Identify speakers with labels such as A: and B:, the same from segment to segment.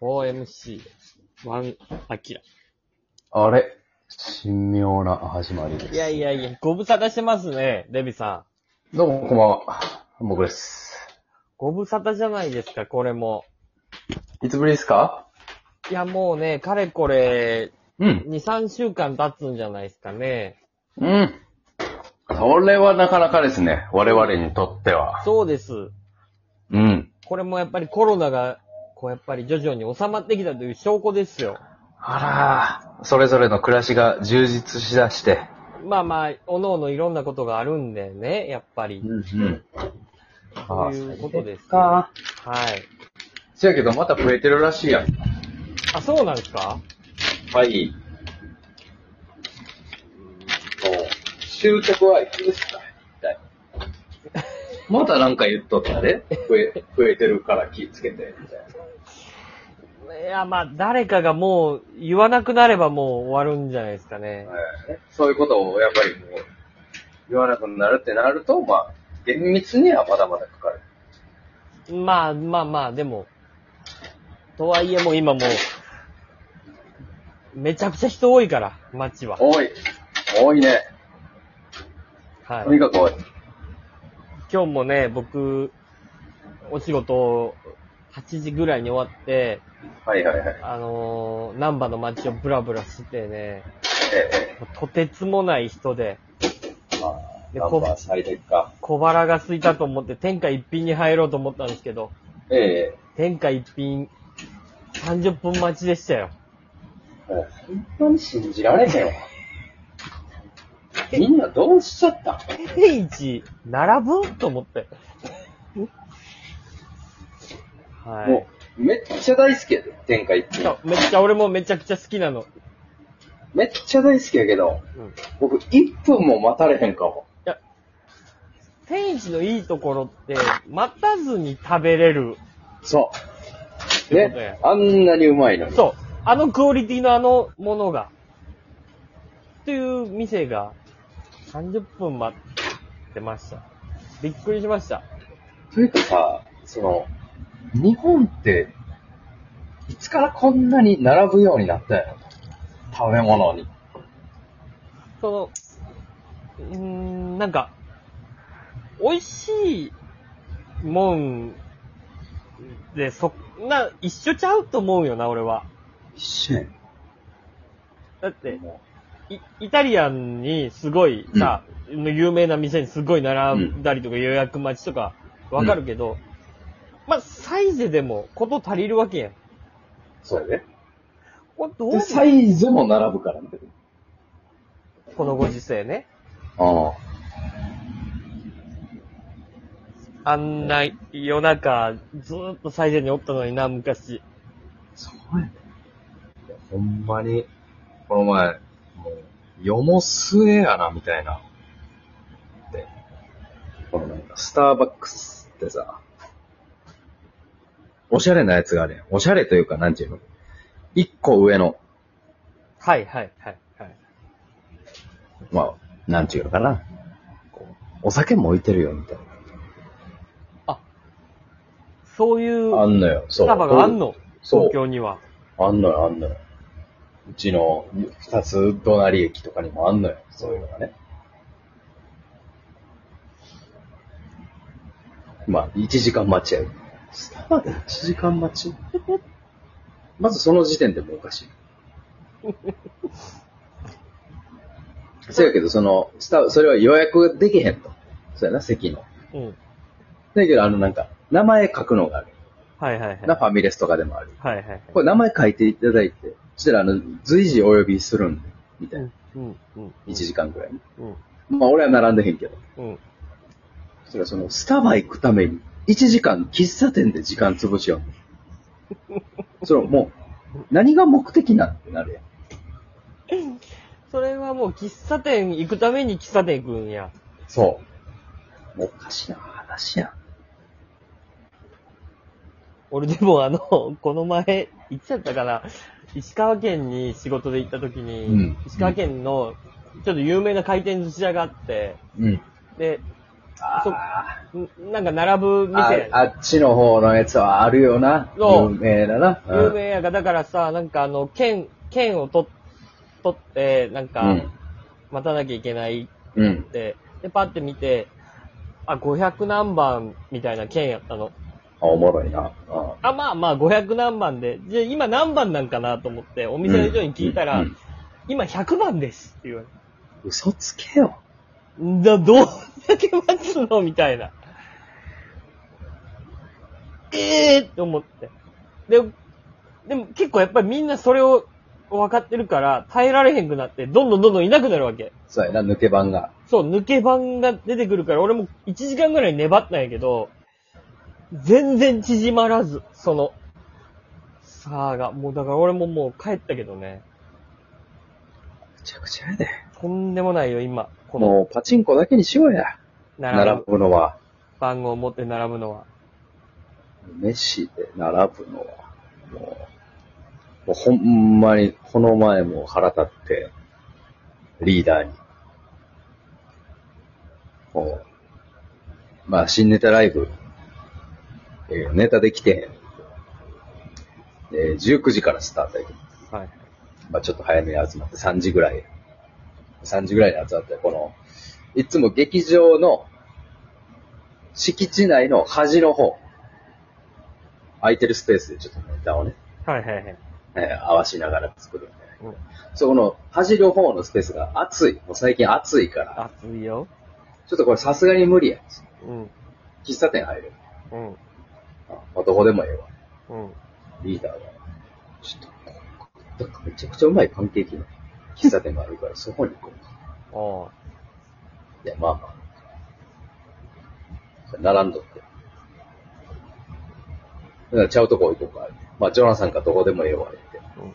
A: OMC、ワン、アキラ。
B: あれ神妙な始まりです。
A: いやいやいや、ご無沙汰してますね、デビさ
B: どうも、こんばんは。僕です。
A: ん。ご無沙汰じゃないですか、これも。
B: いつぶりですか
A: いや、もうね、かれこれ、
B: うん。
A: 2、3週間経つんじゃないですかね。
B: うん。それはなかなかですね。我々にとっては。
A: そうです。
B: うん。
A: これもやっぱりコロナが、こうやっぱり徐々に収まってきたという証拠ですよ。
B: あら、それぞれの暮らしが充実しだして。
A: まあまあ、おのおのいろんなことがあるんだよね、やっぱり。
B: んうん。あ
A: ということです
B: か。
A: はい。
B: せやけど、また増えてるらしいやん。
A: あ、そうなんですか
B: はい。終着はいつですか またなんか言っとったで、増え、増えてるから気つけて、みたい
A: いや、まあ、誰かがもう言わなくなればもう終わるんじゃないですかね
B: な。。そういうことをやっぱりもう、言わなくなるってなると、まあ、厳密にはまだまだかかる。
A: まあまあまあ、でも、とはいえもう今もう、めちゃくちゃ人多いから、街は。
B: 多い。多いね。
A: はい
B: と。にかく多い。
A: 今日もね、僕、お仕事を8時ぐらいに終わって、
B: はいはいはい。
A: あのー、南波の街をブラブラしてね、
B: ええ、
A: もうとてつもない人で、
B: ええ。まあ、
A: で
B: ナンバー最適か。
A: 小腹が空いたと思って天下一品に入ろうと思ったんですけど、
B: ええ。
A: 天下一品30分待ちでしたよ。
B: もう本当に信じられへんわ。みんなどうしちゃった
A: 定位置並ぶと思って。はい。
B: もう、めっちゃ大好きやで、天下一
A: い
B: 品
A: や。めっちゃ、俺もめちゃくちゃ好きなの。
B: めっちゃ大好きやけど、
A: うん。い
B: 僕1分も待たれへんかも。
A: や、天一のいいところって、待たずに食べれる。
B: そう。
A: てことや
B: ね、あんなにうまいのに。
A: そう。あのクオリティのあのものが。っていう店が、30分待ってました。びっくりしました。
B: というかさ、その、日本って、いつからこんなに並ぶようになったんやろ食べ物に。
A: その、うーん、なんか、美味しいもんで、そんな、一緒ちゃうと思うよな、俺は。
B: 一緒やん。
A: だって、イイタリアンにすごいさ、有名な店にすごい並んだりとか予約待ちとかわかるけど、まあ、サイゼでもこと足りるわけやん。
B: そうやで。
A: これどう
B: でサイズも並ぶからね。
A: このご時世ね。
B: ああ。
A: あんな夜中ずーっとサイゼにおったのにな、昔。
B: そうやね。ほんまに、この前、もう、よもすえやな、みたいな。で、このなんか、スターバックスってさ、おしゃれなやつがあるやん。おしゃれというか、なんていうの一個上の、
A: はいはいはいはい。
B: まあ、なんていうのかな。こうお酒も置いてるよ、みたい
A: そういう
B: な。あんのよ、そ
A: ス
B: う。
A: タバがあんの
B: そう
A: 東京には。
B: あんのよ、あんのよ。うちの二つ隣駅とかにもあんのよ、そういうのがね。まあ、1時間待ちやよ。スタ バで1時間待ちまずその時点でもうおかしい。 そうやけど、その、スタそれは予約できへんと。そうやな、席の。
A: うん。
B: だけど、あの、なんか、名前書くのがある。
A: はいはいはい。
B: な、ファミレスとかでもある。
A: はいはいはい。
B: これ名前書いていただいて、そしたらあの、随時お呼びするんで、みた
A: う
B: いな。
A: ん、うん、うん。
B: 1時間くらいに。
A: うん、
B: まあ俺は並んでへんけど。
A: うん。
B: それはその、スタバ行くために、1時間喫茶店で時間潰しよ う。それもう、何が目的なんてなるやん。
A: それはもう喫茶店行くために喫茶店行くんや。
B: そう。もうおかしな話やん。
A: 俺でもあの、 この前、行っちゃったかな。石川県に仕事で行った時に、
B: うん
A: 石川県の、ちょっと有名な回転寿司屋があって、
B: うん。
A: で、
B: あ
A: そんなんか並ぶ
B: ーあ
A: 店や
B: あっちの方のやつはあるよな。
A: そ
B: 有
A: う
B: 名だな。うん
A: 有名やが、だからさ、なんかあの、剣、剣を取っ、取って、なん
B: う
A: か
B: ん、
A: 待たなきゃいけない
B: うん
A: っ。て、で、パって見て、あ、500何番みたいな剣やったの。
B: あ、おもろいな。あ
A: あ、まあまあ、500何番で、じゃあ今何番なんかなと思って、お店の人に聞いたら、
B: うんうん
A: 今100番ですって言わ
B: 嘘つけよ。
A: れんだ、どんだけ待つのみたいな。ええー、と思って。で、でも結構やっぱりみんなそれを分かってるから、耐えられへんくなって、どんどんどんどんいなくなるわけ。
B: そうやな、抜け番が。
A: そう、抜け番が出てくるから、俺も1時間ぐらい粘ったんやけど、全然縮まらず、その、差が。もうだから俺ももう帰ったけどね。
B: むちゃくちゃやで。
A: とんでもないよ、今。この、
B: もうパチンコだけにしようや。
A: 並
B: 並
A: ぶ、
B: ぶのは。
A: 番号を持って並ぶのは。
B: 飯で並ぶのは、もう、もうほんまに、この前も腹立って、リーダーに、もう、まあ、新ネタライブ、えーネタできてへん、えー19時からスタートやけど
A: はい。
B: まあ、ちょっと早めに集まって、3時ぐらい、3時ぐらいに集まって、この、いつも劇場の、敷地内の端の方、空いてるスペースでちょっとネタをね、
A: はいはいはい。
B: えー合わしながら作るみたいな。
A: うん
B: そこの端の方のスペースが暑い。もう最近暑いから、
A: 熱いよ。
B: ちょっとこれさすがに無理や。
A: うん。
B: 喫茶店入る。
A: うん。
B: あまあ、どこでもええわ。
A: うん。
B: リーダーが、ちょっと、なんかめちゃくちゃうまいパンケーキの喫茶店があるから、そこに行こう。
A: おう
B: いや、まあまあ。並んどって。だからちゃうとこ行こうか。まあ、ジョナサンかどこでもええわ、言って。
A: うん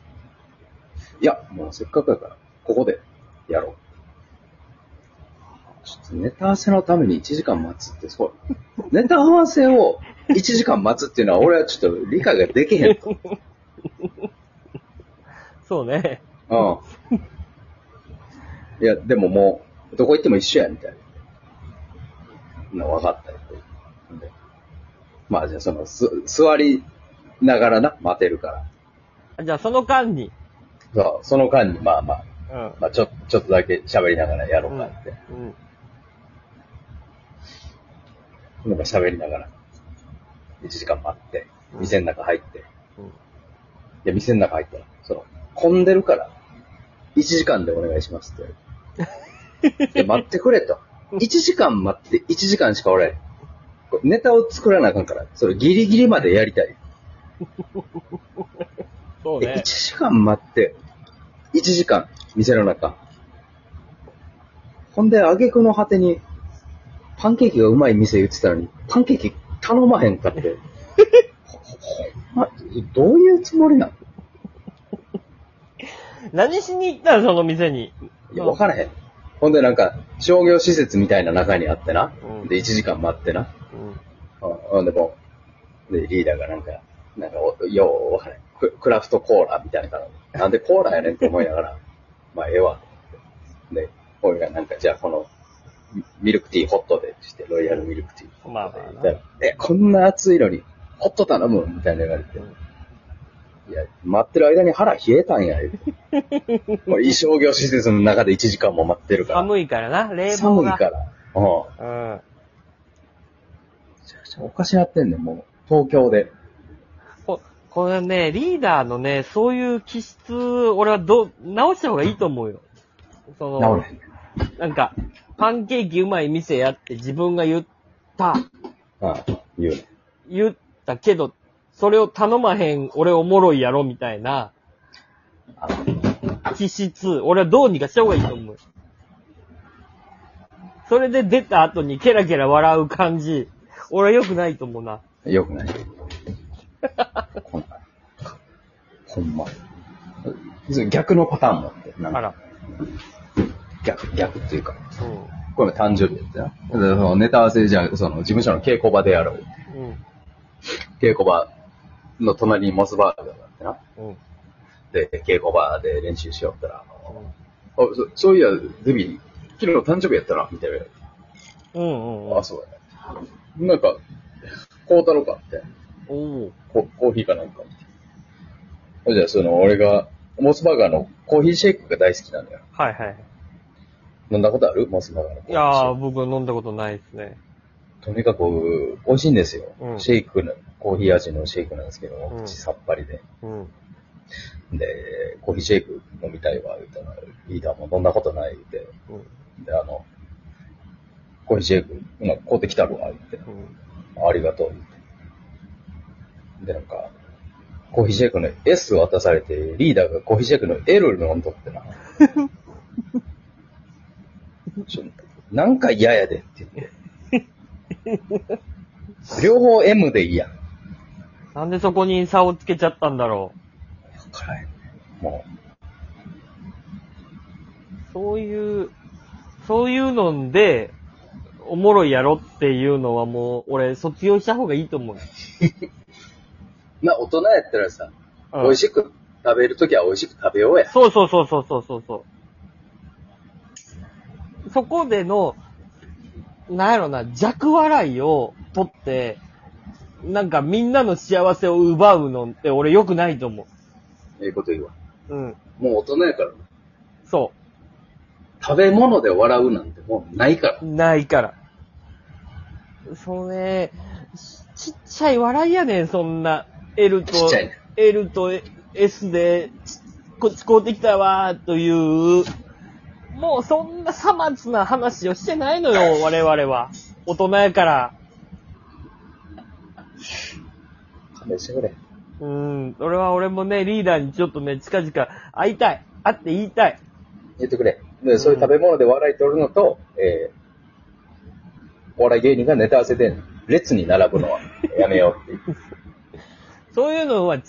B: いや、もうせっかくやから、ここでやろう。ちょっとネタ合わせのために1時間待つって、そう。ネタ合わせを1時間待つっていうのは、俺はちょっと理解ができへんと。
A: そうね。
B: うん。いや、でももう、どこ行っても一緒や、みたいな。な、分かったよ。でまあじゃあその、す、座りながらな、待てるから。
A: じゃあその間に。
B: そうその間に、まあまあ、
A: うん。
B: まあちょ、ちょっとだけ喋りながらやろうかって。
A: うん。
B: なんか喋りながら、1時間待って、
A: うん
B: 店の中入って。
A: うん
B: いや、店の中入ったら、その、混んでるから、1時間でお願いしますって言 われて。いや待ってくれと。1時間待って、1時間しか俺、これネタを作らなあかんから、それギリギリまでやりたい。
A: そう
B: で、1
A: ね。
B: 時間待って、1時間、店の中。ほんで、挙句の果てに、パンケーキがうまい店言ってたのに、パンケーキ頼まへんか って。ほほほんま、どういうつもりなん
A: 何しに行ったらその店に。
B: いや、わからへん。ほんで、なんか、商業施設みたいな中にあってな。
A: うん
B: で、1時間待ってな。
A: うん。
B: うんほんで、もう、で、リーダーがなんか、なんかお、よう、わからへん。ククラフトコーラみたいなから、なんでコーラやねんって思いながら、 まあ、ええわ。で、俺がなんか、じゃあこの、ミミルクティーホットで、して、ロイヤルミルクティー。
A: まあまあな。
B: え、こんな暑いのに、ホット頼むみたいな言われて。
A: うん
B: いや、待ってる間に腹冷えたん や、言うてもういい商業施設の中で1時間も待ってるから。
A: 寒いからな、冷房
B: 寒い
A: が。
B: から。うん。
A: うん。
B: おかしなってんねん、もう。東京で。
A: ここれね、リーダーのね、そういう気質、俺はどう、直した方がいいと思うよ。そ
B: 治
A: の
B: れ、へん。
A: なんか、パンケーキうまい店やって自分が言った、
B: ああ、言うね。
A: 言ったけど、それを頼まへん、俺おもろいやろ、みたいな、
B: あ
A: 気質、俺はどうにかした方がいいと思う。それで出た後にケラケラ笑う感じ、俺は良くないと思うな。
B: よくない。ほんま。ほんま。逆のパターンもあって。な
A: あ。
B: んから逆、逆っていうか。
A: う
B: これ誕生日やってな。だからそのネタ合わせじゃん、その事務所の稽古場でやろう。
A: ん。うん。
B: 稽古場の隣にモスバーガーがあってな。
A: うん。
B: で、稽古場で練習しよったら、あ
A: うん
B: の、あそそういや、デビー、昨日誕生日やったな、みたいな。
A: うんうん。
B: あ、そうだね。なんか、孝太郎かって。
A: おお。
B: ココーヒーかなんか。じゃあ、その、俺が、モスバーガーのコーヒーシェイクが大好きなんだよ。
A: はいはい。
B: 飲んだことあるモスバーガーのコー
A: い
B: ヒーシ
A: や
B: ェ
A: ー、
B: イ
A: 僕飲んだことないですね。
B: ク。とにかく、美味しいんですよ。
A: うん
B: シェイクの、コーヒー味のシェイクなんですけども、
A: うん
B: 口さっぱりで。
A: うん。
B: で、コーヒーシェイク飲みたいわ、言うたら、リーダーも飲んだことない、言うて。
A: うん。
B: で、あの、コーヒーシェイク、今、買うてきたるわ、言って。
A: うん。
B: ありがとう。で、なんか、コーヒーシェイクの S 渡されて、リーダーがコーヒーシェイクの L 飲んどってな。 ちょなんか嫌やでって言 って。両方 M で嫌。
A: なんでそこに差をつけちゃったんだろ
B: 辛い。も
A: う。そういう、そういうので、おもろいやろっていうのはもう、俺、卒業した方がいいと思う。
B: う。まあ、大人やったらさ、
A: うん
B: 美味しく食べるときは美味しく食べようや。
A: そうそうそうそうそうそうそう。そこでの、なんやろな、弱笑いを取って、なんかみんなの幸せを奪うのって俺良くないと思
B: ええこと言うわ。
A: う。うん。
B: もう大人やから、
A: そ
B: 食べ物で笑うなんてもうないから
A: う。。ないから。それ、ちちっちゃい笑いやねん、そんな。L と、
B: ちっちゃいね
A: L と S で、ちこっちこうできたわー、という。もうそんなさまつな話をしてないのよ、我々は。大人やから。
B: 勘弁してくれ。
A: うん、俺は俺もね、リーダーにちょっとね、近々会いたい。会って言いたい。
B: 言ってくれ。で、そういう食べ物で笑い取るのと、えー、お笑い芸人がネタ合わせで列に並ぶのはやめようっていう。
A: そういうのは